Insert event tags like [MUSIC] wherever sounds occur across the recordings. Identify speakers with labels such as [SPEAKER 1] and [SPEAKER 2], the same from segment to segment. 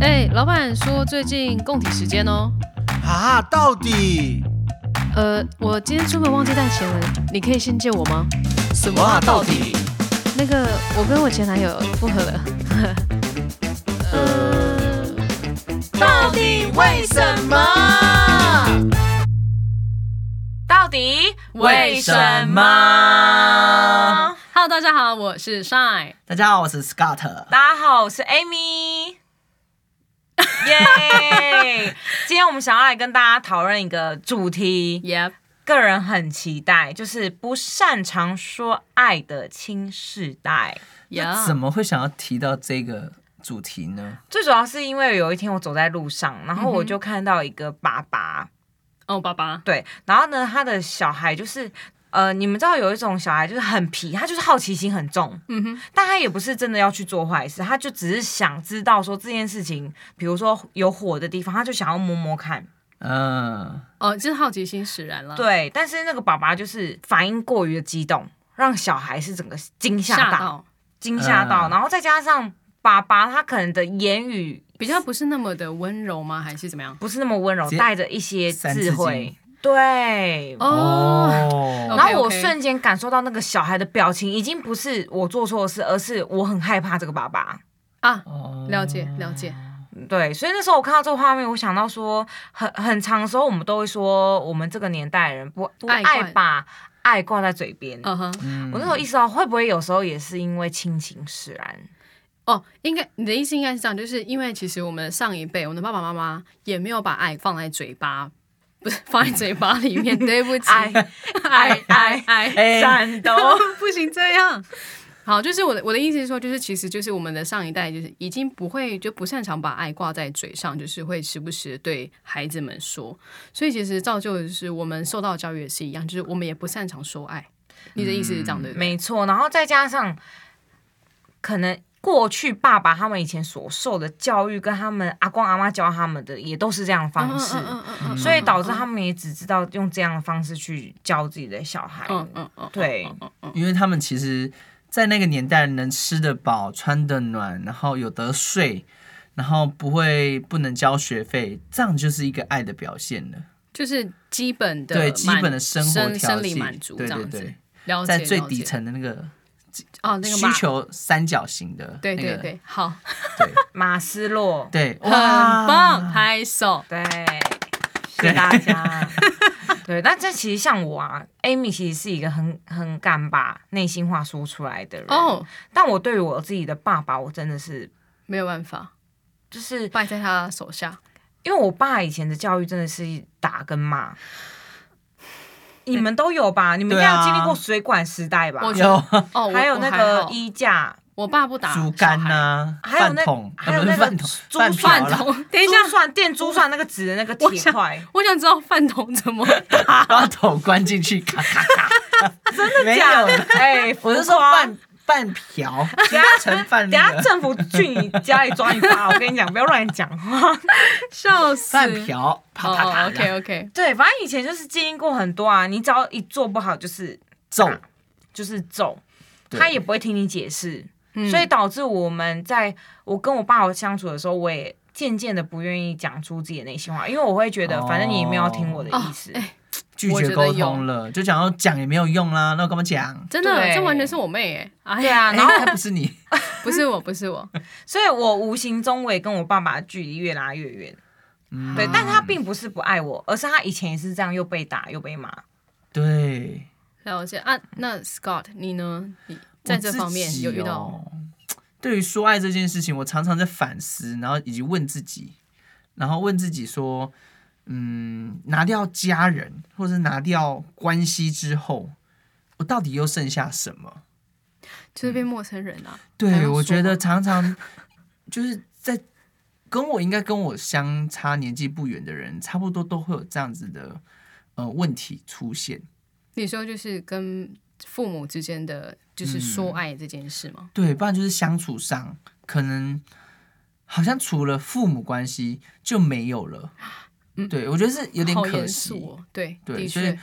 [SPEAKER 1] 哎、老板说最近供体时间哦。
[SPEAKER 2] 啊，到底
[SPEAKER 1] 呃，我今天出门忘记带钱了，你可以先借我吗？
[SPEAKER 2] 什么啊？到底？
[SPEAKER 1] 那个，我跟我前男友复合了。呃，到底为什么？
[SPEAKER 3] 到底
[SPEAKER 4] 为什么
[SPEAKER 1] ？Hello，大家好，我是 Shine。
[SPEAKER 4] 大家好，我是 Scott。
[SPEAKER 3] 大家好，我是 Amy。耶！今天我们想要来跟大家讨论一个主题，
[SPEAKER 1] Yep，
[SPEAKER 3] 个人很期待，就是不擅长说爱的新世代。
[SPEAKER 1] yeah
[SPEAKER 4] 怎么会想要提到这个主题呢？
[SPEAKER 3] 最主要是因为有一天我走在路上，然后我就看到一个爸爸，
[SPEAKER 1] 哦，爸爸。
[SPEAKER 3] 对，然后呢，他的小孩就是。呃，你们知道有一种小孩就是很皮，他就是好奇心很重，
[SPEAKER 1] 嗯哼，
[SPEAKER 3] 但他也不是真的要去做坏事，他就只是想知道说这件事情，比如说有火的地方，他就想要摸摸看。
[SPEAKER 4] 嗯，
[SPEAKER 1] 哦，就是好奇心使然了。，
[SPEAKER 3] 对，但是那个爸爸就是反应过于的激动，让小孩是整个惊吓
[SPEAKER 1] 吓
[SPEAKER 3] 到，
[SPEAKER 1] 到，
[SPEAKER 3] 惊吓
[SPEAKER 4] 嗯
[SPEAKER 3] 到，然后再加上爸爸他可能的言语
[SPEAKER 1] 比较不是那么的温柔吗？还是怎么样？
[SPEAKER 3] 不是那么温柔，
[SPEAKER 4] 直接
[SPEAKER 3] 带着一些
[SPEAKER 4] 三
[SPEAKER 3] 智
[SPEAKER 4] 字
[SPEAKER 3] 慧
[SPEAKER 4] 经。
[SPEAKER 3] 对，
[SPEAKER 1] 哦，
[SPEAKER 4] 哦
[SPEAKER 3] 然后我
[SPEAKER 1] OK，OK
[SPEAKER 3] 瞬间感受到那个小孩的表情，已经不是我做错事，而是我很害怕这个爸爸。
[SPEAKER 1] 啊，
[SPEAKER 4] 哦
[SPEAKER 1] 了解了解。
[SPEAKER 3] 对，所以那时候我看到这个画面，我想到说，很很长的时候，我们都会说，我们这个年代的人不不
[SPEAKER 1] 爱
[SPEAKER 3] 爱
[SPEAKER 1] 惯
[SPEAKER 3] 把爱挂在嘴边。
[SPEAKER 1] 嗯哼。
[SPEAKER 3] 我那时候意识到，会不会有时候也是因为亲情使
[SPEAKER 1] [LAUGHS]
[SPEAKER 3] 然？
[SPEAKER 1] 哦，应该你的意思应该是这样，就是因为其实我们上一辈，我们的爸爸妈妈也没有把爱放在嘴巴，不是放在嘴巴里面。对不起， [LAUGHS]
[SPEAKER 3] 爱爱爱
[SPEAKER 1] 爱，
[SPEAKER 4] 哎
[SPEAKER 3] 战斗
[SPEAKER 1] 不行这样。好，就是我的我的意思是说，就是其实就是我们的上一代，就是已经不会就不擅长把爱挂在嘴上，就是会时不时对孩子们说，所以其实造就的是我们受到的教育也是一样，就是我们也不擅长说爱。你的意思是这样对不对？
[SPEAKER 3] [LAUGHS] 没错。然后再加上，可能过去爸爸他们以前所受的教育，跟他们阿公阿妈教他们的，也都是这样的方式。
[SPEAKER 1] 嗯
[SPEAKER 3] 所以导致他们也只知道用这样的方式去教自己的小孩。
[SPEAKER 1] 嗯嗯嗯，
[SPEAKER 3] 对
[SPEAKER 1] 嗯嗯嗯
[SPEAKER 4] 因为他们其实，在那个年代能吃得饱、穿得暖，然后有得睡，然后不会不能交学费，这样就是一个爱的表现了。
[SPEAKER 1] 就是基本的
[SPEAKER 4] 对
[SPEAKER 1] 满
[SPEAKER 4] 基本的生活
[SPEAKER 1] 生
[SPEAKER 4] 条
[SPEAKER 1] 生理
[SPEAKER 4] 件
[SPEAKER 1] 满足这
[SPEAKER 4] 对
[SPEAKER 1] 样
[SPEAKER 4] 对
[SPEAKER 1] 子
[SPEAKER 4] 对，
[SPEAKER 1] 了解
[SPEAKER 4] 在最
[SPEAKER 1] 了解
[SPEAKER 4] 底层的那个
[SPEAKER 1] 哦，那个
[SPEAKER 4] 需
[SPEAKER 1] 马，
[SPEAKER 4] 求三角形的、那
[SPEAKER 1] 对
[SPEAKER 4] 个，
[SPEAKER 1] 对对，好，
[SPEAKER 4] 对
[SPEAKER 3] 马斯洛，
[SPEAKER 4] 对，
[SPEAKER 1] 很棒，拍手，
[SPEAKER 3] 对，谢谢大家。 [LAUGHS] 对，那这其实像我啊，Amy 其实是一个很很敢把内心话说出来的人。
[SPEAKER 1] 哦，
[SPEAKER 3] 但我对于我自己的爸爸，我真的是
[SPEAKER 1] 没有办法，
[SPEAKER 3] 就是
[SPEAKER 1] 败在他手下，
[SPEAKER 3] 因为我爸以前的教育真的是打跟骂。你们都有吧？你们应该
[SPEAKER 4] 对
[SPEAKER 3] 有
[SPEAKER 4] 啊
[SPEAKER 3] 经历过水管时代吧？
[SPEAKER 1] 我
[SPEAKER 4] 有
[SPEAKER 1] 哦，我
[SPEAKER 3] 还有
[SPEAKER 1] 我
[SPEAKER 3] 那
[SPEAKER 1] 好
[SPEAKER 3] 个衣架、
[SPEAKER 1] 我爸不打
[SPEAKER 4] 竹竿
[SPEAKER 1] 小孩，
[SPEAKER 4] 呐、
[SPEAKER 3] 还有
[SPEAKER 4] 饭
[SPEAKER 3] 那
[SPEAKER 4] 桶，
[SPEAKER 3] 还有
[SPEAKER 4] 啊不
[SPEAKER 3] 那
[SPEAKER 4] 是
[SPEAKER 3] 个
[SPEAKER 4] 饭桶，
[SPEAKER 3] 猪
[SPEAKER 4] 饭瓢
[SPEAKER 1] 饭
[SPEAKER 4] 啦
[SPEAKER 1] 桶，等一
[SPEAKER 3] 珠
[SPEAKER 1] 下，
[SPEAKER 3] 算、电珠算那个纸的那个
[SPEAKER 1] 我
[SPEAKER 3] 铁
[SPEAKER 1] 想
[SPEAKER 3] 块，
[SPEAKER 1] 我想知道饭桶怎
[SPEAKER 4] [LAUGHS]
[SPEAKER 1] 么打，
[SPEAKER 4] [LAUGHS] 把头关进去，咔咔咔。真的没
[SPEAKER 3] 假
[SPEAKER 4] 有
[SPEAKER 3] 的
[SPEAKER 4] 啦？
[SPEAKER 3] 哎，
[SPEAKER 4] [LAUGHS] 我是说
[SPEAKER 3] 浮夸
[SPEAKER 4] 半半瓢，盛饭
[SPEAKER 3] 等
[SPEAKER 4] 那
[SPEAKER 3] 下
[SPEAKER 4] 个
[SPEAKER 3] 政府去你家里抓你 [LAUGHS] 爸，我跟你讲，不要乱讲话。
[SPEAKER 1] 笑死，
[SPEAKER 4] 半瓢，啪啪
[SPEAKER 1] 哦
[SPEAKER 4] 啪
[SPEAKER 1] ，OK OK，
[SPEAKER 3] [LAUGHS] 对，反正以前就是经历过很多啊，你只要一做不好就是
[SPEAKER 4] 揍。
[SPEAKER 3] 就是揍，
[SPEAKER 4] 对
[SPEAKER 3] 他也不会听你解释，
[SPEAKER 1] 嗯
[SPEAKER 3] 所以导致我们在我跟我爸相处的时候，我也渐渐的不愿意讲出自己的内心话，因为我会觉得
[SPEAKER 4] 哦
[SPEAKER 3] 反正你也没有要听我的
[SPEAKER 1] 哦
[SPEAKER 3] 意，思。
[SPEAKER 1] 哎，
[SPEAKER 4] 拒绝沟通了，就想要讲也没有用啦，那我干嘛讲？
[SPEAKER 1] 真的，
[SPEAKER 3] 对
[SPEAKER 1] 这完全是我妹哎，哎
[SPEAKER 3] 对，啊，然后
[SPEAKER 4] 哎，那不是你，
[SPEAKER 1] 不是我，不是我，
[SPEAKER 3] 所以我无形中我也跟我爸爸的距离越拉越远。
[SPEAKER 4] 嗯
[SPEAKER 3] 对，但他并不是不爱我，而是他以前也是这样，又被打又被骂。
[SPEAKER 4] 对，
[SPEAKER 1] 了解啊。那 Scott，你呢？你在这方面有遇到？
[SPEAKER 4] 我自己哦。对于说爱这件事情，我常常在反思，然后以及问自己，然后问自己说，嗯，拿掉家人或者拿掉关系之后，我到底又剩下什么？
[SPEAKER 1] 就是变陌生人啊？还用
[SPEAKER 4] 嗯对，
[SPEAKER 1] 说
[SPEAKER 4] 我觉
[SPEAKER 1] 吗
[SPEAKER 4] 得常常就是在跟我应该跟我相差年纪不远的人，差不多都会有这样子的呃问题出现。
[SPEAKER 1] 你说就是跟父母之间的就是说爱这件事吗？
[SPEAKER 4] 对，不然就是相处上可能好像除了父母关系就没有了。对，我觉得是有点
[SPEAKER 1] 嗯好
[SPEAKER 4] 可
[SPEAKER 1] 严
[SPEAKER 4] 惜。
[SPEAKER 1] 肃哦，对，
[SPEAKER 4] 对，
[SPEAKER 1] 的
[SPEAKER 4] 所以
[SPEAKER 1] 确，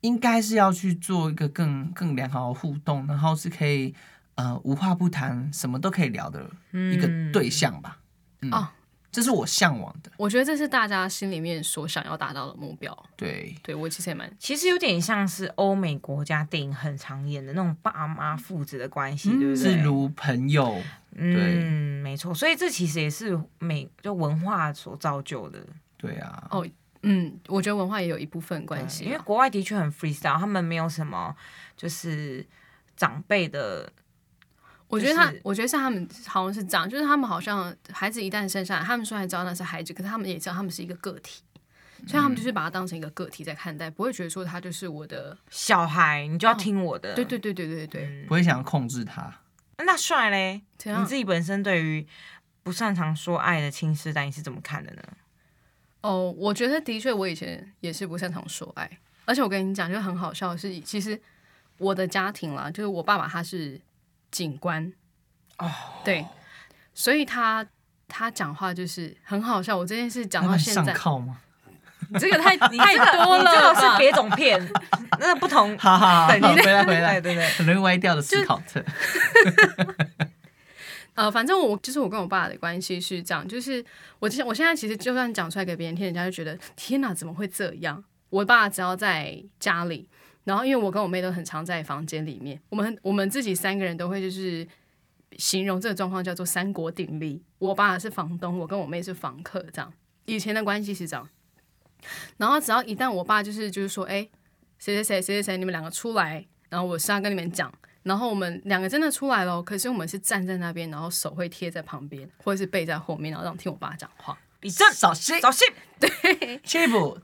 [SPEAKER 4] 应该是要去做一个更更良好的互动，然后是可以呃无话不谈，什么都可以聊的一个对象吧。嗯
[SPEAKER 1] 嗯哦
[SPEAKER 4] 这是我向往的。
[SPEAKER 1] 我觉得这是大家心里面所想要达到的目标。
[SPEAKER 4] 对，
[SPEAKER 1] 对我其实也蛮
[SPEAKER 3] 其实有点像是欧美国家电影很常演的那种爸妈父子的关系，对不对？
[SPEAKER 4] 是嗯如朋友，
[SPEAKER 3] 嗯，没错。所以这其实也是美就文化所造就的，
[SPEAKER 4] 对啊，
[SPEAKER 1] 哦嗯，我觉得文化也有一部分关系啊
[SPEAKER 3] 因为
[SPEAKER 1] 啦。
[SPEAKER 3] 国外的确很 freestyle，他们没有什么就是长辈的，
[SPEAKER 1] 我觉得他
[SPEAKER 3] 就是，
[SPEAKER 1] 我觉得是他们好像是这样，就是他们好像孩子一旦生下来，他们虽然知道那是孩子，可是他们也知道他们是一个个体，所以
[SPEAKER 4] 嗯
[SPEAKER 1] 他们就是把他当成一个个体在看待，不会觉得说他就是我的。
[SPEAKER 3] 小孩你就要听我的，
[SPEAKER 1] 哦对对对对对对，
[SPEAKER 4] 不会想要控制他。
[SPEAKER 3] 那帅嘞？
[SPEAKER 1] 怎样
[SPEAKER 3] 你自己本身对于不擅长说爱的亲师代，你是怎么看的呢？
[SPEAKER 1] 哦，我觉得的确，我以前也是不擅长说爱，而且我跟你讲，就很好笑的是，其实我的家庭啦，就是我爸爸他是警官，哦，对，所以他他讲话就是很好笑。我这件事讲
[SPEAKER 4] 那
[SPEAKER 1] 到
[SPEAKER 4] 你
[SPEAKER 1] 现
[SPEAKER 4] 上
[SPEAKER 1] 在，[LAUGHS]
[SPEAKER 4] 铐吗？
[SPEAKER 1] 你这个太太多
[SPEAKER 3] [LAUGHS] 你这
[SPEAKER 1] 了
[SPEAKER 3] 个是
[SPEAKER 1] 吧？
[SPEAKER 3] 别种片，那不同。
[SPEAKER 4] 哈哈，
[SPEAKER 3] 对
[SPEAKER 4] 好
[SPEAKER 3] 你
[SPEAKER 4] 回来回来，
[SPEAKER 3] 对对对
[SPEAKER 4] 很容易歪掉的思考特。
[SPEAKER 1] 呃，反正我就是我跟我爸的关系是这样，就是我现我现在其实就算讲出来给别人听，人家就觉得天哪，怎么会这样？我爸只要在家里，然后因为我跟我妹都很常在房间里面，我们我们自己三个人都会就是形容这个状况叫做三国鼎立。我爸是房东，我跟我妹是房客，这样以前的关系是这样。然后只要一旦我爸就是就是说，哎、谁谁谁谁谁谁，你们两个出来，然后我是要跟你们讲。然后我们两个真的出来了哦，可是我们是站在那边，然后手会贴在旁边，或者是背在后面，然后让听我爸讲话。 [LAUGHS]
[SPEAKER 3] 李正，
[SPEAKER 4] 小心
[SPEAKER 3] 小心，
[SPEAKER 4] 切不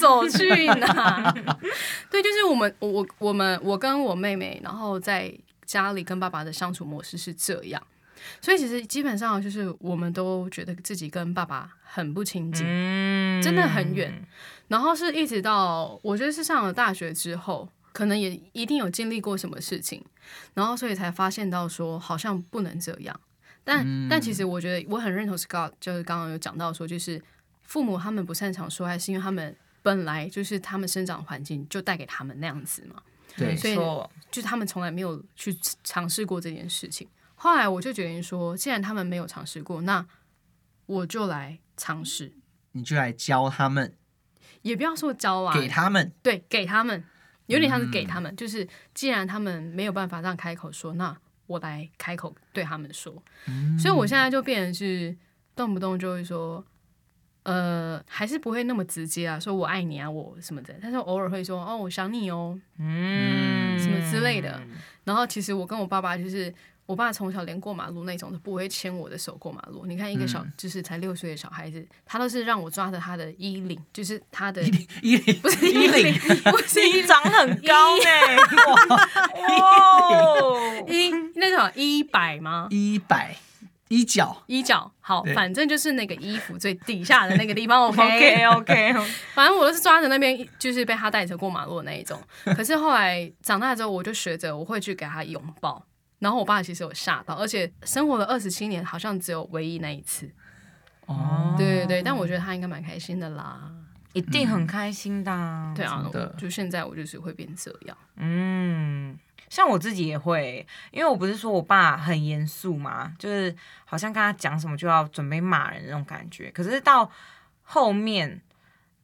[SPEAKER 1] 走去哪？ [LAUGHS] 对，就是我们，我我我们，我跟我妹妹，然后在家里跟爸爸的相处模式是这样，所以其实基本上就是我们都觉得自己跟爸爸很不亲近，
[SPEAKER 3] 嗯
[SPEAKER 1] 真的很远。然后是一直到我觉得是上了大学之后，可能也一定有经历过什么事情，然后所以才发现到说好像不能这样。但、
[SPEAKER 4] 嗯
[SPEAKER 1] 但其实我觉得我很认同 Scott，就是刚刚有讲到说，就是父母他们不擅长说爱，是因为他们本来就是他们生长环境就带给他们那样子嘛，
[SPEAKER 4] 对，
[SPEAKER 1] 所以
[SPEAKER 3] 错
[SPEAKER 1] 就他们从来没有去尝试过这件事情。后来我就决定说，既然他们没有尝试过，那我就来尝试，
[SPEAKER 4] 你就来教他们，
[SPEAKER 1] 也不要说教啊，
[SPEAKER 4] 给他们，
[SPEAKER 1] 对，给他们，有点像是给他们，就是既然他们没有办法这样开口说，那我来开口对他们说。所以我现在就变成是动不动就会说，呃，还是不会那么直接啊，说我爱你啊，我什么的，但是偶尔会说，哦，我想你哦，
[SPEAKER 3] 嗯
[SPEAKER 1] 什么之类的。然后其实我跟我爸爸就是，我爸从小连过马路那种都不会牵我的手过马路。你看一个小、就是才六岁的小孩子，他都是让我抓着他的衣领，就是他的
[SPEAKER 4] 一零
[SPEAKER 1] 不是
[SPEAKER 4] 衣
[SPEAKER 1] 衣领
[SPEAKER 4] 领，
[SPEAKER 1] 不是衣
[SPEAKER 3] 你长很高
[SPEAKER 1] [LAUGHS]
[SPEAKER 3] 呢，哇，哇
[SPEAKER 1] 一那叫衣摆吗？
[SPEAKER 4] 一百一角，
[SPEAKER 1] 衣角好
[SPEAKER 4] 对，
[SPEAKER 1] 反正就是那个衣服最底下的那个地方。OK，
[SPEAKER 3] OK OK，
[SPEAKER 1] 反正我都是抓着那边，就是被他带着过马路的那一种。可是后来长大之后，我就学着我会去给他拥抱。然后我爸其实有吓到，而且生活了二十七年，好像只有唯一那一次。
[SPEAKER 4] 哦，
[SPEAKER 1] 对对对，但我觉得他应该蛮开心的啦。
[SPEAKER 3] 一定很开心的、啊
[SPEAKER 1] 对啊
[SPEAKER 4] 真的，
[SPEAKER 1] 就现在我就是会变这样。
[SPEAKER 3] 嗯，像我自己也会，因为我不是说我爸很严肃嘛，就是好像跟他讲什么就要准备骂人那种感觉。可是到后面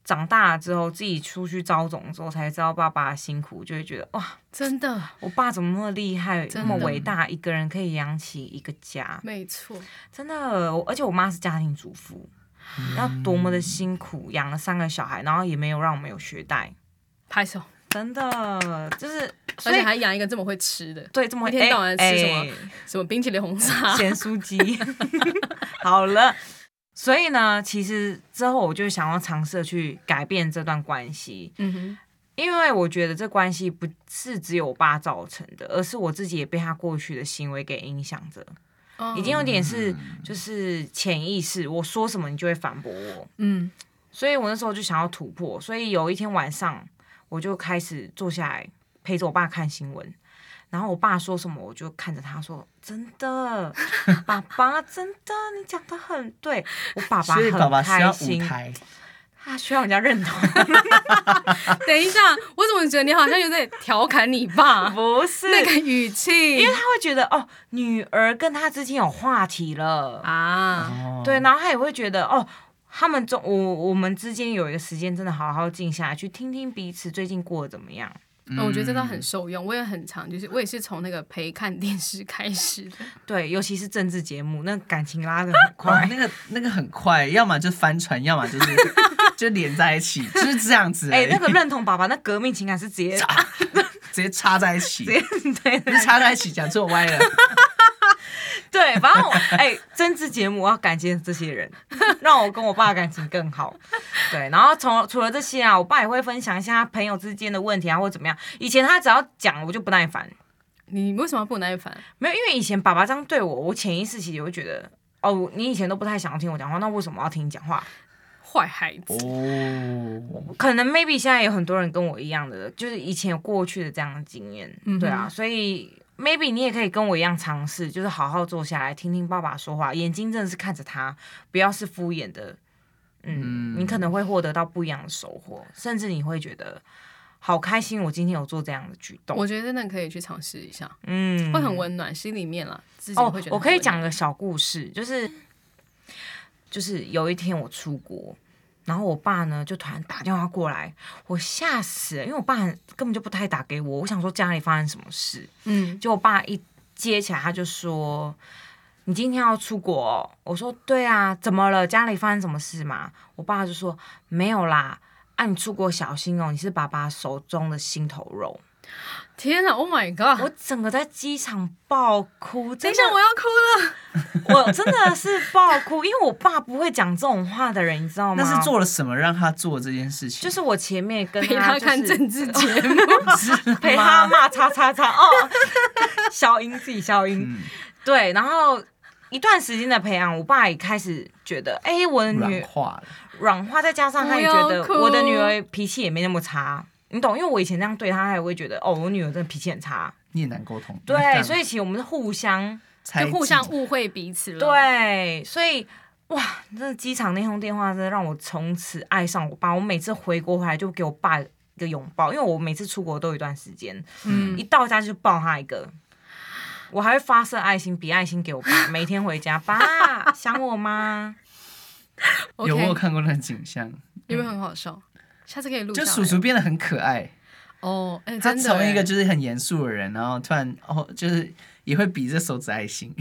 [SPEAKER 3] 长大了之后，自己出去招总之后，才知道爸爸的辛苦，就会觉得哇，
[SPEAKER 1] 真的，
[SPEAKER 3] 我爸怎么那么厉害，那
[SPEAKER 1] 真
[SPEAKER 3] 么
[SPEAKER 1] 的
[SPEAKER 3] 伟大，一个人可以养起一个家，
[SPEAKER 1] 没错，
[SPEAKER 3] 真的。我而且我妈是家庭主妇，要多么的
[SPEAKER 1] 嗯
[SPEAKER 3] 辛苦，养了三个小孩，然后也没有让我们有学贷，
[SPEAKER 1] 拍手，
[SPEAKER 3] 真的就是，
[SPEAKER 1] 而
[SPEAKER 3] 所以
[SPEAKER 1] 且还养一个这么会吃的，
[SPEAKER 3] 对这么
[SPEAKER 1] 一天到晚吃什么
[SPEAKER 3] 哎哎
[SPEAKER 1] 什么冰淇淋红茶，
[SPEAKER 3] 咸酥鸡。 [LAUGHS] 好了，所以呢，其实之后我就想要尝试去改变这段关系，
[SPEAKER 1] 嗯哼，
[SPEAKER 3] 因为我觉得这关系不是只有我爸造成的，而是我自己也被他过去的行为给影响着，
[SPEAKER 1] 哦
[SPEAKER 3] 已经有点是就是潜意识，我说什么你就会反驳我，
[SPEAKER 1] 嗯，
[SPEAKER 3] 所以我那时候就想要突破，所以有一天晚上我就开始坐下来陪着我爸看新闻，然后我爸说什么我就看着他说：“真
[SPEAKER 4] [LAUGHS]
[SPEAKER 3] 的，爸爸真的，你讲的很对。”我爸爸
[SPEAKER 4] 所以爸爸
[SPEAKER 3] 很
[SPEAKER 4] 需要
[SPEAKER 3] 开
[SPEAKER 4] 舞
[SPEAKER 3] 心，
[SPEAKER 4] 台，
[SPEAKER 3] 他需要人家认
[SPEAKER 4] [LAUGHS]
[SPEAKER 3] 同，
[SPEAKER 1] [LAUGHS] 等一下，我怎么觉得你好像有点调侃你
[SPEAKER 3] [LAUGHS]
[SPEAKER 1] 爸
[SPEAKER 3] 不是
[SPEAKER 1] 那个语气
[SPEAKER 3] 因为他会觉得哦，女儿跟他之间有话题
[SPEAKER 4] 哦
[SPEAKER 3] 了，
[SPEAKER 1] 啊？
[SPEAKER 3] 对，然后他也会觉得哦，他们中我我们之间有一个时间，真的好好静下来，去听听彼此最近过得怎么样。
[SPEAKER 1] 那我觉得这倒很受用，我也很常，就是我也是从那个陪看电视开始的。 [LAUGHS]
[SPEAKER 3] 对，尤其是政治节目，那感情拉得
[SPEAKER 4] [LAUGHS]
[SPEAKER 3] 很
[SPEAKER 4] 哇，
[SPEAKER 3] 快。
[SPEAKER 4] 那个那个很快，要么就翻船，要么就是 [LAUGHS] 就连在一起，就是这样子而
[SPEAKER 3] 哎、
[SPEAKER 4] 已。
[SPEAKER 3] 那个认同爸爸，那革命情感是直接
[SPEAKER 4] 直接插在一起，
[SPEAKER 3] 对
[SPEAKER 4] 不是插在一起，讲错歪了。
[SPEAKER 3] [LAUGHS] 对，反正我哎、政治节目我要感谢这些人， [LAUGHS] 让我跟我爸的感情更好。对，然后从除了这些啊，我爸也会分享一下他朋友之间的问题啊，或怎么样。以前他只要讲，我就不耐烦。
[SPEAKER 1] 你为什么不耐烦？
[SPEAKER 3] 没有，因为以前爸爸这样对我，我潜意识其实会觉得，哦，你以前都不太想要听我讲话，那为什么我要听你讲话？
[SPEAKER 1] 坏孩子，
[SPEAKER 4] 哦，
[SPEAKER 3] 可能 maybe 现在有很多人跟我一样的，就是以前有过去的这样的经验，
[SPEAKER 1] 嗯哼
[SPEAKER 3] 对啊，所以 maybe 你也可以跟我一样尝试，就是好好坐下来听听爸爸说话，眼睛真的是看着他，不要是敷衍的，嗯，
[SPEAKER 4] 嗯
[SPEAKER 3] 你可能会获得到不一样的收获，甚至你会觉得好开心，我今天有做这样的举动，
[SPEAKER 1] 我觉得真的可以去尝试一下，
[SPEAKER 3] 嗯，
[SPEAKER 1] 会很温暖，心里面啦，自己
[SPEAKER 3] 哦
[SPEAKER 1] 会觉，得。
[SPEAKER 3] 我可以讲，个小故事，就是就是有一天我出国，然后我爸呢就突然打电话过来，我吓死了，因为我爸很根本就不太打给我，我想说家里发生什么事，
[SPEAKER 1] 嗯，
[SPEAKER 3] 结果我爸一接起来他就说。你今天要出国哦、我说对啊，怎么了？家里发生什么事嘛？我爸就说没有啦，啊，你出国小心哦，你是爸爸手中的心头肉。
[SPEAKER 1] 天哪，Oh my god！
[SPEAKER 3] 我整个在机场爆哭，
[SPEAKER 1] 等
[SPEAKER 3] 真
[SPEAKER 1] 一
[SPEAKER 3] 的
[SPEAKER 1] 下，我要哭了。
[SPEAKER 3] [LAUGHS] 我真的是爆哭，因为我爸不会讲这种话的人，你知道吗？
[SPEAKER 4] 那是做了什么让他做这件事情？
[SPEAKER 3] 就是我前面跟
[SPEAKER 1] 陪
[SPEAKER 3] 他
[SPEAKER 1] 他
[SPEAKER 3] 啊就是
[SPEAKER 1] 看政治节
[SPEAKER 3] [LAUGHS]
[SPEAKER 1] 目，
[SPEAKER 3] 陪他骂叉叉叉哦，消音自己消音，
[SPEAKER 4] 嗯
[SPEAKER 3] 对，然后一段时间的培养，我爸也开始觉得，哎、我的
[SPEAKER 4] 软
[SPEAKER 3] 女
[SPEAKER 4] 化了。
[SPEAKER 3] 软化，再加上他也
[SPEAKER 1] 不要
[SPEAKER 3] 觉得
[SPEAKER 1] 哭
[SPEAKER 3] 我的女儿脾气也没那么差，你懂？因为我以前这样对他，他也会觉得，哦，我女儿真的脾气很差，
[SPEAKER 4] 你也难沟通，
[SPEAKER 3] 对，所以其实我们是互相
[SPEAKER 4] 才
[SPEAKER 1] 就互相误会彼此了。，
[SPEAKER 3] 对，啊所以哇，那机场那通电话真的让我从此爱上我爸。我每次回国回来就给我爸一个拥抱，因为我每次出国都有一段时间，
[SPEAKER 1] 嗯
[SPEAKER 3] 一，到家就抱他一个。我还会发射爱心，比爱心给我爸。每天回家，爸想我吗？
[SPEAKER 4] 有没有
[SPEAKER 1] OK，
[SPEAKER 4] 看过那个景象？
[SPEAKER 1] 有没有很好笑？下次可以录下
[SPEAKER 4] 就
[SPEAKER 1] 来。
[SPEAKER 4] 叔叔变得很可爱，
[SPEAKER 1] 哦，哎，
[SPEAKER 4] 他
[SPEAKER 1] 真的
[SPEAKER 4] 从一个
[SPEAKER 1] 哎
[SPEAKER 4] 就是很严肃的人，然后突然哦，就是也会比这手指爱心。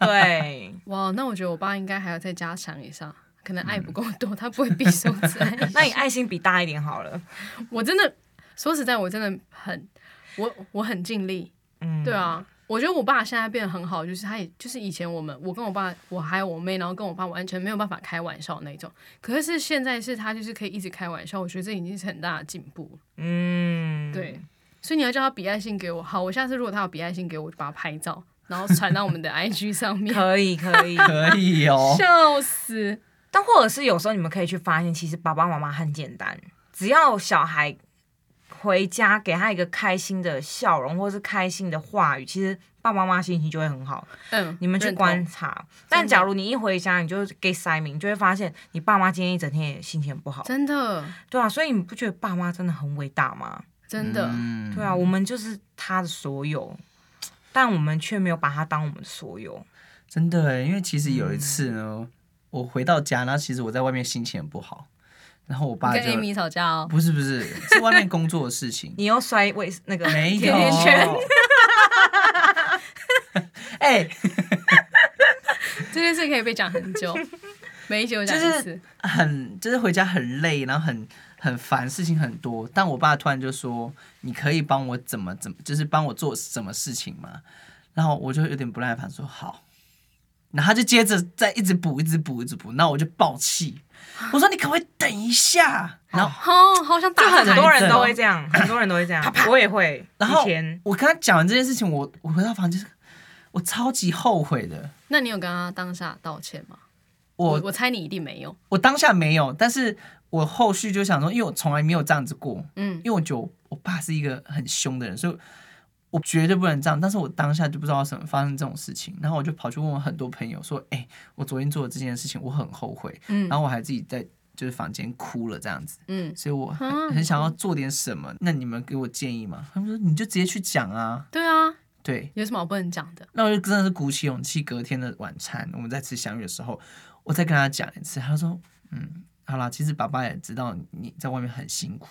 [SPEAKER 3] 对，
[SPEAKER 1] 哇，那我觉得我爸应该还要再加强一下，可能
[SPEAKER 3] 嗯
[SPEAKER 1] 爱不够多，他不会比手指爱。
[SPEAKER 3] 那你爱心比大一点好了。
[SPEAKER 1] [LAUGHS] 我真的说实在，我真的很，我我很尽力。
[SPEAKER 3] 嗯，
[SPEAKER 1] 对，啊，我觉得我爸现在变得很好，就是他也就是以前我们我跟我爸，我还有我妹，然后跟我爸完全没有办法开玩笑那种。可是现在是他就是可以一直开玩笑，我觉得这已经是很大的进步了。
[SPEAKER 3] 嗯，
[SPEAKER 1] 对，，所以你要叫他比爱心给我，好，我下次如果他有比爱心给我，我就把它拍照，然后传到我们的 IG 上面。
[SPEAKER 3] 可以可以。
[SPEAKER 4] [LAUGHS] 可以
[SPEAKER 1] [LAUGHS]
[SPEAKER 4] 哦，
[SPEAKER 1] 笑死！
[SPEAKER 3] 但或者是有时候你们可以去发现，其实爸爸妈妈很简单，只要小孩回家给他一个开心的笑容，或是开心的话语，其实爸爸妈妈心情就会很好。
[SPEAKER 1] 嗯，
[SPEAKER 3] 你们去
[SPEAKER 1] 认同
[SPEAKER 3] 观察，但假如你一回家，你就给塞明，你就会发现你爸妈今天一整天也心情很不好，
[SPEAKER 1] 真的
[SPEAKER 3] 对啊，所以你不觉得爸妈真的很伟大吗？
[SPEAKER 1] 真的，
[SPEAKER 4] 嗯
[SPEAKER 3] 对啊，我们就是他的所有，但我们却没有把他当我们的所有。
[SPEAKER 4] 真的欸耶，因为其实有一次呢，
[SPEAKER 1] 嗯
[SPEAKER 4] 我回到家，然后其实我在外面心情很不好，然后我爸
[SPEAKER 1] 你
[SPEAKER 4] 就
[SPEAKER 1] 跟 Amy 吵架
[SPEAKER 4] [LAUGHS]
[SPEAKER 1] 哦，
[SPEAKER 4] 不是不是是外面工作的事
[SPEAKER 1] [LAUGHS]
[SPEAKER 4] 情，
[SPEAKER 3] 你又摔为那个
[SPEAKER 4] 没有
[SPEAKER 1] 甜甜圈，
[SPEAKER 4] [LAUGHS] 哎、
[SPEAKER 1] 这件事可以被讲很久，每一集我讲
[SPEAKER 4] 就
[SPEAKER 1] 一
[SPEAKER 4] 是
[SPEAKER 1] 次。
[SPEAKER 4] 很就是回家很累，然后很很烦，事情很多。但我爸突然就说：“你可以帮我怎么怎么，就是帮我做什么事情吗？”然后我就有点不耐烦说：“好。”然后他就接着再一直补，一直补，一直补。那我就爆气，我说：“你可不可以等一下？”然后
[SPEAKER 1] 哦，好想打
[SPEAKER 3] 就
[SPEAKER 1] 他
[SPEAKER 3] 很
[SPEAKER 1] 孩
[SPEAKER 3] 多
[SPEAKER 1] 子
[SPEAKER 3] 人
[SPEAKER 1] 哦
[SPEAKER 3] 都会这样，很多人都会这样，我也会。
[SPEAKER 4] 然后
[SPEAKER 3] 以前
[SPEAKER 4] 我跟他讲完这件事情，我我回到房间，我超级后悔的。
[SPEAKER 1] 那你有跟他当下道歉吗？我
[SPEAKER 4] 我
[SPEAKER 1] 我猜你一定没有。
[SPEAKER 4] 我当下没有，但是我后续就想说，因为我从来没有这样子过，
[SPEAKER 1] 嗯
[SPEAKER 4] 因为我觉得我我爸是一个很凶的人，所以我绝对不能这样。但是我当下就不知道怎么发生这种事情，然后我就跑去问我很多朋友说：“哎、我昨天做的这件事情，我很后悔。”
[SPEAKER 1] 嗯
[SPEAKER 4] 然后我还自己在就是房间哭了这样子，
[SPEAKER 1] 嗯，
[SPEAKER 4] 所以我很很想要做点什么。那你们给我建议吗？他们说你就直接去讲啊，
[SPEAKER 1] 对啊，
[SPEAKER 4] 对。
[SPEAKER 1] 有什么我不能讲的？
[SPEAKER 4] 那我就真的是鼓起勇气，隔天的晚餐我们在吃香芋的时候，我再跟他讲一次，他说嗯，好啦，其实爸爸也知道你在外面很辛苦，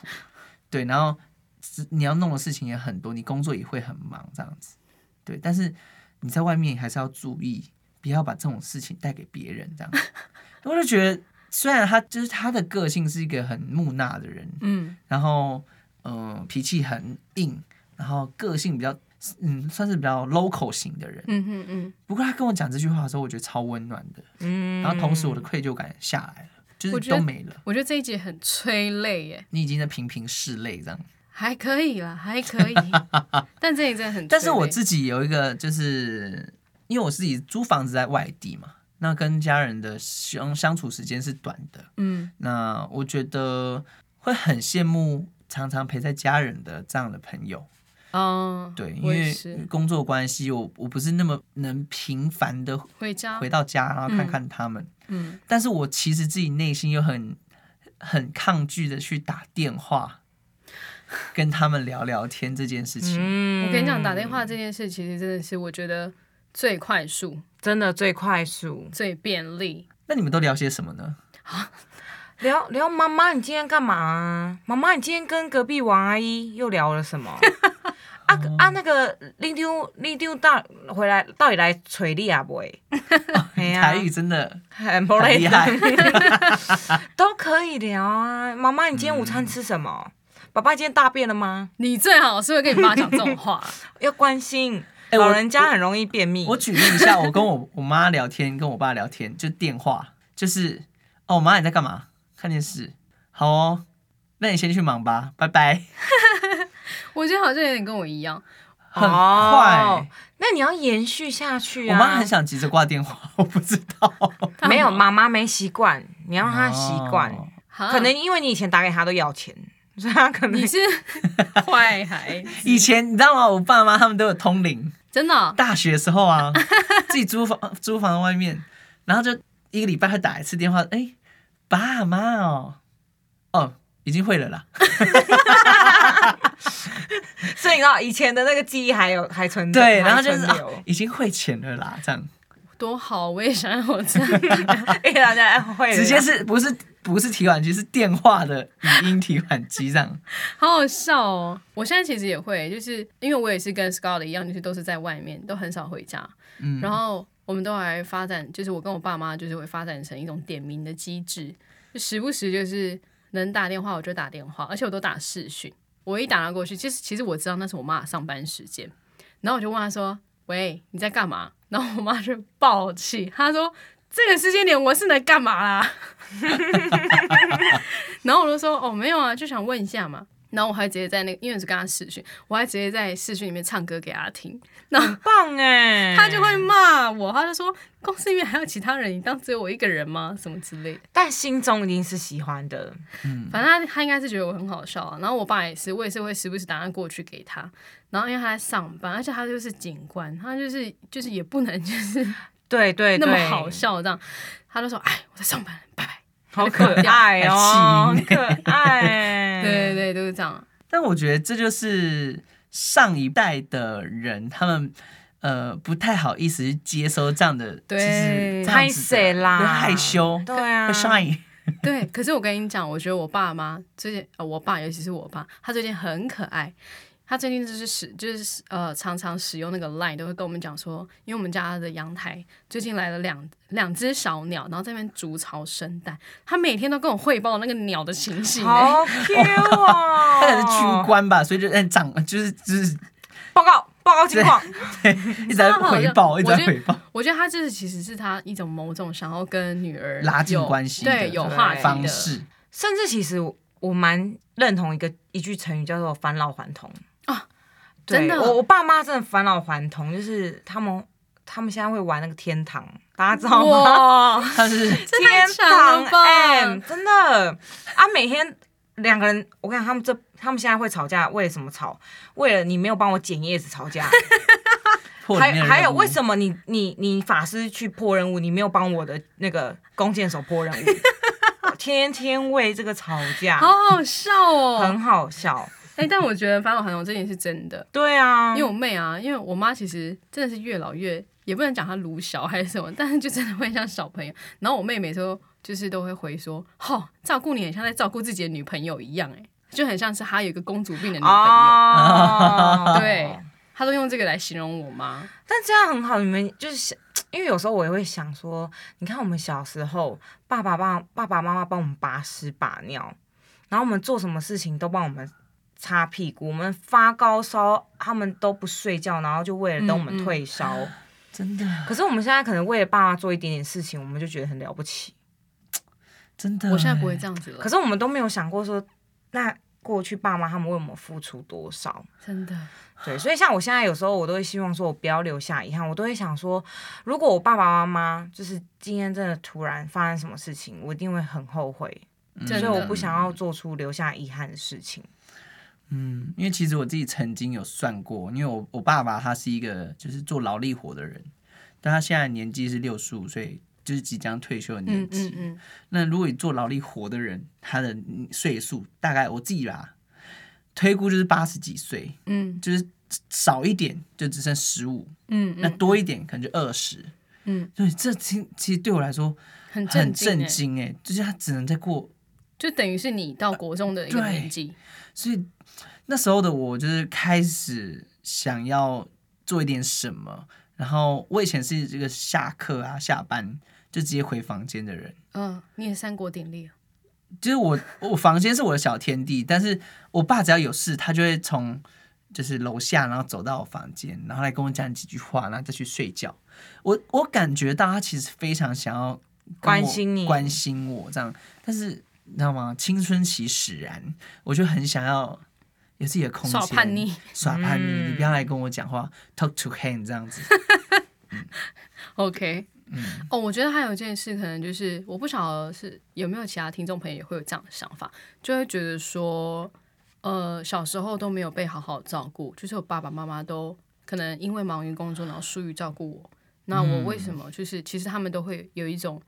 [SPEAKER 4] 对，然后是你要弄的事情也很多，你工作也会很忙这样子，对，但是你在外面还是要注意，不要把这种事情带给别人这样子。 [LAUGHS] 我就觉得，虽然他就是他的个性是一个很木讷的人，
[SPEAKER 1] 嗯，
[SPEAKER 4] 然后嗯、呃脾气很硬，然后个性比较嗯算是比较 local 型的人。
[SPEAKER 1] 嗯哼嗯，
[SPEAKER 4] 不过他跟我讲这句话的时候，我觉得超温暖的，
[SPEAKER 3] 嗯，
[SPEAKER 4] 然后同时我的愧疚感下来了，就
[SPEAKER 1] 我
[SPEAKER 4] 是
[SPEAKER 1] 觉得
[SPEAKER 4] 都没了，
[SPEAKER 1] 我觉得这一集很催泪耶，
[SPEAKER 4] 你已经在频频拭泪这样。
[SPEAKER 1] 还可以啦，还
[SPEAKER 4] [LAUGHS]
[SPEAKER 1] 可以，但这一集真的很催泪，
[SPEAKER 4] 但是我自己有一个，就是因为我自己租房子在外地嘛，那跟家人的相相处时间是短的，
[SPEAKER 1] 嗯
[SPEAKER 4] 那我觉得会很羡慕常常陪在家人的这样的朋友，
[SPEAKER 1] 嗯，
[SPEAKER 4] 对，因
[SPEAKER 1] 我也
[SPEAKER 4] 为
[SPEAKER 1] 是
[SPEAKER 4] 工作关系，我我不是那么能频繁的
[SPEAKER 1] 回家
[SPEAKER 4] 回，到家，然后看
[SPEAKER 1] 嗯
[SPEAKER 4] 看他们。
[SPEAKER 1] 嗯
[SPEAKER 4] 但是我其实自己内心又很很抗拒的去打电话跟他们聊聊天这件事情。
[SPEAKER 3] 嗯
[SPEAKER 1] 我跟你讲，打电话这件事其实真的是我觉得最快速、
[SPEAKER 3] 真的最快速。
[SPEAKER 1] 最便利。
[SPEAKER 4] 那你们都聊些什么呢？
[SPEAKER 3] 聊聊妈妈，你今天干嘛啊？妈妈，你今天跟隔壁王阿姨又聊了什 [LAUGHS] 么？啊啊，那个你丢你丢到回来到底来锤你啊不 [LAUGHS] 会？哎呀
[SPEAKER 4] 台，语真的
[SPEAKER 3] 很不
[SPEAKER 4] 很厉害，
[SPEAKER 3] [LAUGHS] 都可以聊啊。妈妈，你今天午餐吃什么？爸爸今天大便了吗？
[SPEAKER 1] 你最好是会跟你妈讲这种
[SPEAKER 3] [LAUGHS]
[SPEAKER 1] 话，
[SPEAKER 3] 要关心，
[SPEAKER 4] 哎
[SPEAKER 3] 老
[SPEAKER 4] 我
[SPEAKER 3] 人家很容易便秘。
[SPEAKER 4] [LAUGHS] 我举例一下，我跟我我妈聊天，跟我爸聊天，就电话，就是哦，妈你在干嘛？看电视。好哦，那你先去忙吧，拜拜。
[SPEAKER 1] 我觉得好像有点跟我一样。
[SPEAKER 4] 很快，
[SPEAKER 3] 哦那你要延续下去
[SPEAKER 4] 我
[SPEAKER 3] 啊。
[SPEAKER 4] 妈很想急着挂电话，我不知道。
[SPEAKER 3] 没有妈妈没习惯，你要让她习惯。
[SPEAKER 4] 哦
[SPEAKER 1] 哈
[SPEAKER 3] 可能因为你以前打给她都要钱， [LAUGHS] 所以她可能
[SPEAKER 1] 你是坏孩子，
[SPEAKER 4] 以前你知道吗？我爸妈他们都有通灵，
[SPEAKER 1] 真的啊、
[SPEAKER 4] 大学的时候
[SPEAKER 3] [LAUGHS]
[SPEAKER 4] 啊，自己租房租房外面，然后就一个礼拜会打一次电话，哎、爸妈哦，哦，已经会了啦。
[SPEAKER 3] [LAUGHS] 所以你知道以前的那个记忆还有还存
[SPEAKER 4] 对，然后
[SPEAKER 3] 还
[SPEAKER 4] 就
[SPEAKER 3] 存
[SPEAKER 4] 是、
[SPEAKER 3] 留
[SPEAKER 4] 哦已经汇钱了啦，这样
[SPEAKER 1] 多好，我也想要有这样。
[SPEAKER 3] [LAUGHS] 哎，大家会了
[SPEAKER 4] 直接是不是不是提款机是电话的语音提款机这样， [LAUGHS]
[SPEAKER 1] [LAUGHS] 好好笑哦！我现在其实也会，就是因为我也是跟 Scott 一样，就是都是在外面，都很少回家。
[SPEAKER 4] 嗯
[SPEAKER 1] 然后我们都还发展，就是我跟我爸妈就是会发展成一种点名的机制，就时不时就是能打电话我就打电话，而且我都打视讯。我一打到过去，其实其实我知道那是我妈的上班时间，然后我就问她说：“喂，你在干嘛？”然后我妈就爆气，她说：“这个时间点我是能干嘛啦？”然后我就说：“哦，没有啊，就想问一下嘛。”然后我还直接在那个，因为是跟她视讯，我还直接在视讯里面唱歌给她听。然后
[SPEAKER 3] 很棒哎，
[SPEAKER 1] 他就会骂我，他就说公司里面还有其他人，你当只有我一个人吗？什么之类的。
[SPEAKER 3] 但心中一定是喜欢的，
[SPEAKER 1] 反正他他应该是觉得我很好笑啊。然后我爸也是，我也是会时不时打电话过去给他。然后因为他在上班，而且他就是警官，他就是就是也不能就是 [LAUGHS]
[SPEAKER 3] 对对对，
[SPEAKER 1] 那么好，笑这样。他就说：“哎，我在上班，拜拜。
[SPEAKER 3] 好可爱 [LAUGHS] 哦，
[SPEAKER 4] 很
[SPEAKER 3] 很
[SPEAKER 4] 气
[SPEAKER 3] 可 [LAUGHS] 爱，
[SPEAKER 1] 对对对，都是这样。啊
[SPEAKER 4] 但我觉得这就是上一代的人他们。呃，不太好意思去接收这样的，
[SPEAKER 1] 对
[SPEAKER 4] 就是这
[SPEAKER 3] 太
[SPEAKER 4] 样子
[SPEAKER 3] 谁
[SPEAKER 4] 的
[SPEAKER 3] 啦，
[SPEAKER 4] 会害羞，
[SPEAKER 3] 对啊
[SPEAKER 4] 会，shy。
[SPEAKER 1] 对，可是我跟你讲，我觉得我爸妈最近，呃，我爸尤其是我爸，他最近很可爱。他最近就是使，就是呃，常常使用那个 Line，都会跟我们讲说，因为我们家的阳台最近来了两两只小鸟，然后在那边筑巢生蛋。他每天都跟我汇报那个鸟的情形、欸，
[SPEAKER 3] 好 Q 哦， [LAUGHS]
[SPEAKER 4] 他可能是军官吧，所以就嗯长就是就是
[SPEAKER 3] 报告报告情况，
[SPEAKER 4] 一直在回报，一直在回报，
[SPEAKER 1] 我觉得他就是其实是他一种某种想要跟女儿
[SPEAKER 4] 拉近
[SPEAKER 1] 有
[SPEAKER 4] 关系的
[SPEAKER 1] 对，有话题的
[SPEAKER 4] 方式。
[SPEAKER 3] 甚至其实我我蛮认同一个一句成语叫做“返老还童”
[SPEAKER 1] 啊，
[SPEAKER 3] 对
[SPEAKER 1] 真的
[SPEAKER 3] 我我爸妈真的返老还童，就是他们他们现在会玩那个天堂，大家知道 [LAUGHS] 吗？
[SPEAKER 1] 哇，
[SPEAKER 4] 他是
[SPEAKER 1] 这太
[SPEAKER 3] 天
[SPEAKER 1] 强
[SPEAKER 3] 堂
[SPEAKER 1] 了吧
[SPEAKER 3] M 真的啊，每天两个人，我跟你讲，他们这他们现在会吵架，为了什么吵？为了你没有帮我捡叶子
[SPEAKER 1] [LAUGHS]
[SPEAKER 3] 吵架，
[SPEAKER 4] 破
[SPEAKER 3] 还
[SPEAKER 4] 里面的
[SPEAKER 3] 还有
[SPEAKER 4] 人物
[SPEAKER 3] 为什么你
[SPEAKER 1] [LAUGHS]
[SPEAKER 3] 你你法师去破任务，你没有帮我的那个弓箭手破任务？天天为这个吵架，
[SPEAKER 1] 好好笑哦
[SPEAKER 3] 很！好笑。
[SPEAKER 1] 哎、但我觉得返老还童这件事真的，
[SPEAKER 3] 对啊，
[SPEAKER 1] 因为我妹啊，因为我妈其实真的是越老越，也不能讲她鲁小还是什么，但是就真的会像小朋友。然后我妹每次都就是都会回说：“哦，照顾你很像在照顾自己的女朋友一样、欸，哎，就很像是她有一个公主病的女朋友。
[SPEAKER 3] [LAUGHS] 哦，
[SPEAKER 1] 对，她都用这个来形容我妈。
[SPEAKER 3] 但这样很好，你们就是想，因为有时候我也会想说，你看我们小时候，爸爸帮爸爸妈妈帮我们把屎把尿，然后我们做什么事情都帮我们擦屁股，我们发高烧他们都不睡觉，然后就为了等我们退烧。
[SPEAKER 4] 真的
[SPEAKER 3] 可是我们现在可能为了爸妈做一点点事情，我们就觉得很了不起。
[SPEAKER 4] 真的，哎
[SPEAKER 1] 我现在不会这样子了，
[SPEAKER 3] 可是我们都没有想过说，那过去爸妈他们为我们付出多少？
[SPEAKER 1] 真的。
[SPEAKER 3] 对，所以像我现在有时候我都会希望说，我不要留下遗憾，我都会想说，如果我爸爸妈妈就是今天真的突然发生什么事情，我一定会很后悔，
[SPEAKER 4] 嗯
[SPEAKER 1] 真
[SPEAKER 3] 所以
[SPEAKER 1] 的
[SPEAKER 3] 我不想要做出留下遗憾的事情。
[SPEAKER 4] 嗯，因为其实我自己曾经有算过，因为我我爸爸他是一个就是做劳力活的人，但他现在年纪是六十五岁，就是即将退休的
[SPEAKER 1] 嗯
[SPEAKER 4] 年纪。
[SPEAKER 1] 嗯嗯，
[SPEAKER 4] 那如果你做劳力活的人，他的嗯岁数大概我自己啦，推估就是八十几岁，
[SPEAKER 1] 嗯
[SPEAKER 4] 就是少一点就只剩十五，
[SPEAKER 1] 嗯
[SPEAKER 4] 那
[SPEAKER 1] 嗯，
[SPEAKER 4] 多一点可能就二十。
[SPEAKER 1] 嗯，
[SPEAKER 4] 对，这其其实对我来说
[SPEAKER 1] 很
[SPEAKER 4] 很
[SPEAKER 1] 震惊、欸，
[SPEAKER 4] 震惊哎、就是他只能再过
[SPEAKER 1] 就等于是你到国中的一个
[SPEAKER 4] 对
[SPEAKER 1] 年纪，
[SPEAKER 4] 所以那时候的我就是开始想要做一点什么，然后我以前是这个下课啊、下班就直接回房间的人，
[SPEAKER 1] 嗯，你也三国鼎立了，
[SPEAKER 4] 就是我我房间是我的小天地，但是我爸只要有事，他就会从就是楼下，然后走到我房间，然后来跟我讲几句话，然后再去睡觉。我我感觉到他其实非常想要跟我
[SPEAKER 3] 关心你
[SPEAKER 4] 关心我这样，但是你知道吗？青春期使然，我就很想要有自己的空间，
[SPEAKER 1] 耍叛逆，
[SPEAKER 4] 耍叛逆，
[SPEAKER 3] 嗯
[SPEAKER 4] 你不要来跟我讲话，talk to hand 这样子。
[SPEAKER 1] OK，哦，
[SPEAKER 4] 嗯
[SPEAKER 1] 我觉得还有一件事，可能就是我不晓得是有没有其他听众朋友也会有这样的想法，就会觉得说，呃，小时候都没有被好好照顾，就是我爸爸妈妈都可能因为忙于工作，然后疏于照顾我。那我为
[SPEAKER 4] 嗯
[SPEAKER 1] 什么就是其实他们都会有一种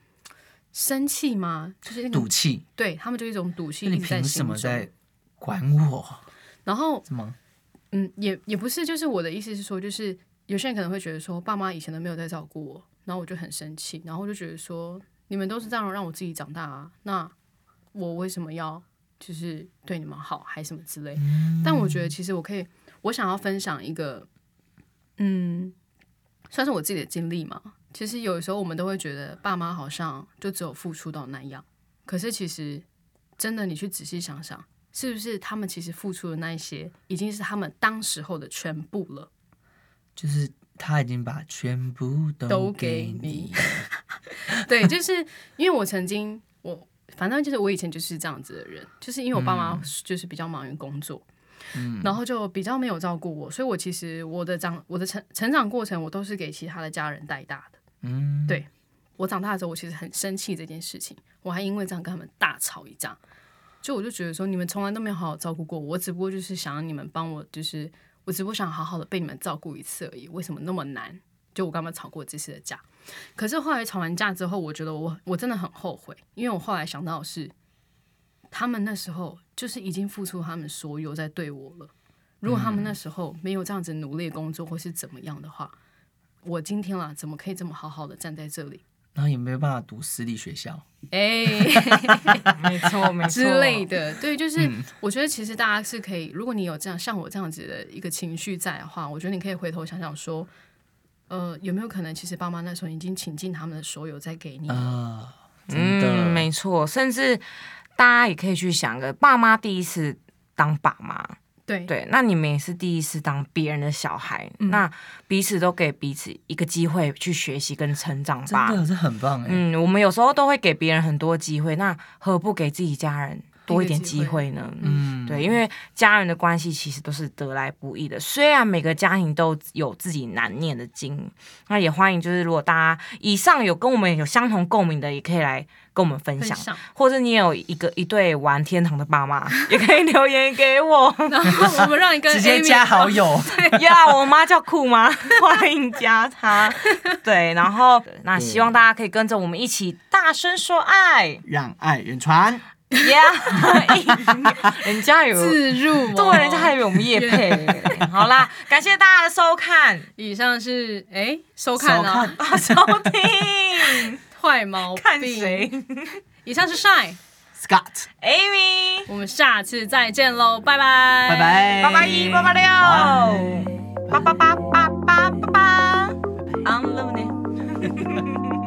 [SPEAKER 1] 生气吗？就是那种
[SPEAKER 4] 赌气，
[SPEAKER 1] 对他们就一种赌气一
[SPEAKER 4] 那你
[SPEAKER 1] 直在
[SPEAKER 4] 凭
[SPEAKER 1] 心
[SPEAKER 4] 什么
[SPEAKER 1] 中。
[SPEAKER 4] 在管我？
[SPEAKER 1] 然后
[SPEAKER 4] 什么？
[SPEAKER 1] 嗯，也也不是，就是我的意思是说，就是有些人可能会觉得说，爸妈以前都没有在照顾我，然后我就很生气，然后我就觉得说，你们都是这样让我自己长大啊，那我为什么要就是对你们好，还什么之类？但我觉得其实我可以，我想要分享一个，嗯，算是我自己的经历嘛。其实有时候我们都会觉得爸妈好像就只有付出到那样，可是其实真的，你去仔细想想，是不是他们其实付出的那一些，已经是他们当时候的全部了？
[SPEAKER 4] 就是他已经把全部都
[SPEAKER 1] 都
[SPEAKER 4] 给
[SPEAKER 1] 给你。对，就是因为我曾经，我反正就是我以前就是这样子的人，就是因为我爸妈就是比较忙于工作，然后就比较没有照顾我，所以我其实我的长我的成成长过程，我都是给其他的家人带大的。
[SPEAKER 4] 嗯，
[SPEAKER 1] 对我长大之后，我其实很生气这件事情，我还因为这样跟他们大吵一架。就我就觉得说，你们从来都没有好好照顾过我，我只不过就是想让你们帮我，就是我只不过想好好的被你们照顾一次而已，为什么那么难？就我跟他们吵过这次的架，可是后来吵完架之后，我觉得我我真的很后悔，因为我后来想到的是，他们那时候就是已经付出他们所有在对我了。如果他们那时候没有这样子努力工作或是怎么样的话，我今天啦怎么可以这么好好的站在这里？
[SPEAKER 4] 然后也没有办法读私立学校。
[SPEAKER 1] 哎、
[SPEAKER 3] [LAUGHS] 没错，没
[SPEAKER 1] [LAUGHS]
[SPEAKER 3] 错
[SPEAKER 1] 之类。的，对，就是我觉得其实大家是可以，如果你有这样像我这样子的一个情绪在的话，我觉得你可以回头想想说，呃，有没有可能其实爸妈那时候已经倾尽他们的所有在给你？
[SPEAKER 4] 啊，真的，
[SPEAKER 3] 嗯，没错，甚至大家也可以去想个，爸妈第一次当爸妈，
[SPEAKER 1] 对
[SPEAKER 3] 对，那你们也是第一次当别人的小孩，
[SPEAKER 1] 嗯
[SPEAKER 3] 那彼此都给彼此一个机会去学习跟成长
[SPEAKER 4] 真
[SPEAKER 3] 吧。
[SPEAKER 4] 的这很棒哎、
[SPEAKER 3] 嗯，我们有时候都会给别人很多机会，那何不给自己家人多一点机会呢？嗯，
[SPEAKER 4] 嗯，
[SPEAKER 3] 对，因为家人的关系其实都是得来不易的。虽然每个家庭都有自己难念的经，那也欢迎就是如果大家以上有跟我们有相同共鸣的，也可以来跟我们分享，
[SPEAKER 1] 上，
[SPEAKER 3] 或者你有一个一对玩天堂的爸妈， [LAUGHS] 也可以留言给我。 [LAUGHS]
[SPEAKER 1] 然 [LAUGHS] 后我们让你跟
[SPEAKER 4] 直接
[SPEAKER 1] Amy 哦
[SPEAKER 4] 加好友，
[SPEAKER 3] 呀我妈叫酷妈，欢迎加她。对，然后那希望大家可以跟着我们一起大声说爱。
[SPEAKER 4] 让爱远传。
[SPEAKER 3] Yeah，人 [LAUGHS] 家有，
[SPEAKER 1] 自入、哦，
[SPEAKER 3] 对，人家还以为我们夜配。好啦，感谢大家的收 [LAUGHS] 看、
[SPEAKER 1] 以上是哎收看
[SPEAKER 4] 收
[SPEAKER 1] 啊，
[SPEAKER 3] 啊收听，
[SPEAKER 1] 坏毛病。
[SPEAKER 3] 看 [LAUGHS] 谁
[SPEAKER 1] 以上是 Shine，
[SPEAKER 4] Scott，
[SPEAKER 3] ，Amy，
[SPEAKER 1] 我们下次再见喽，拜拜，
[SPEAKER 4] 拜。拜，
[SPEAKER 3] 八八一，八八六，八八八八八八八，安乐呢？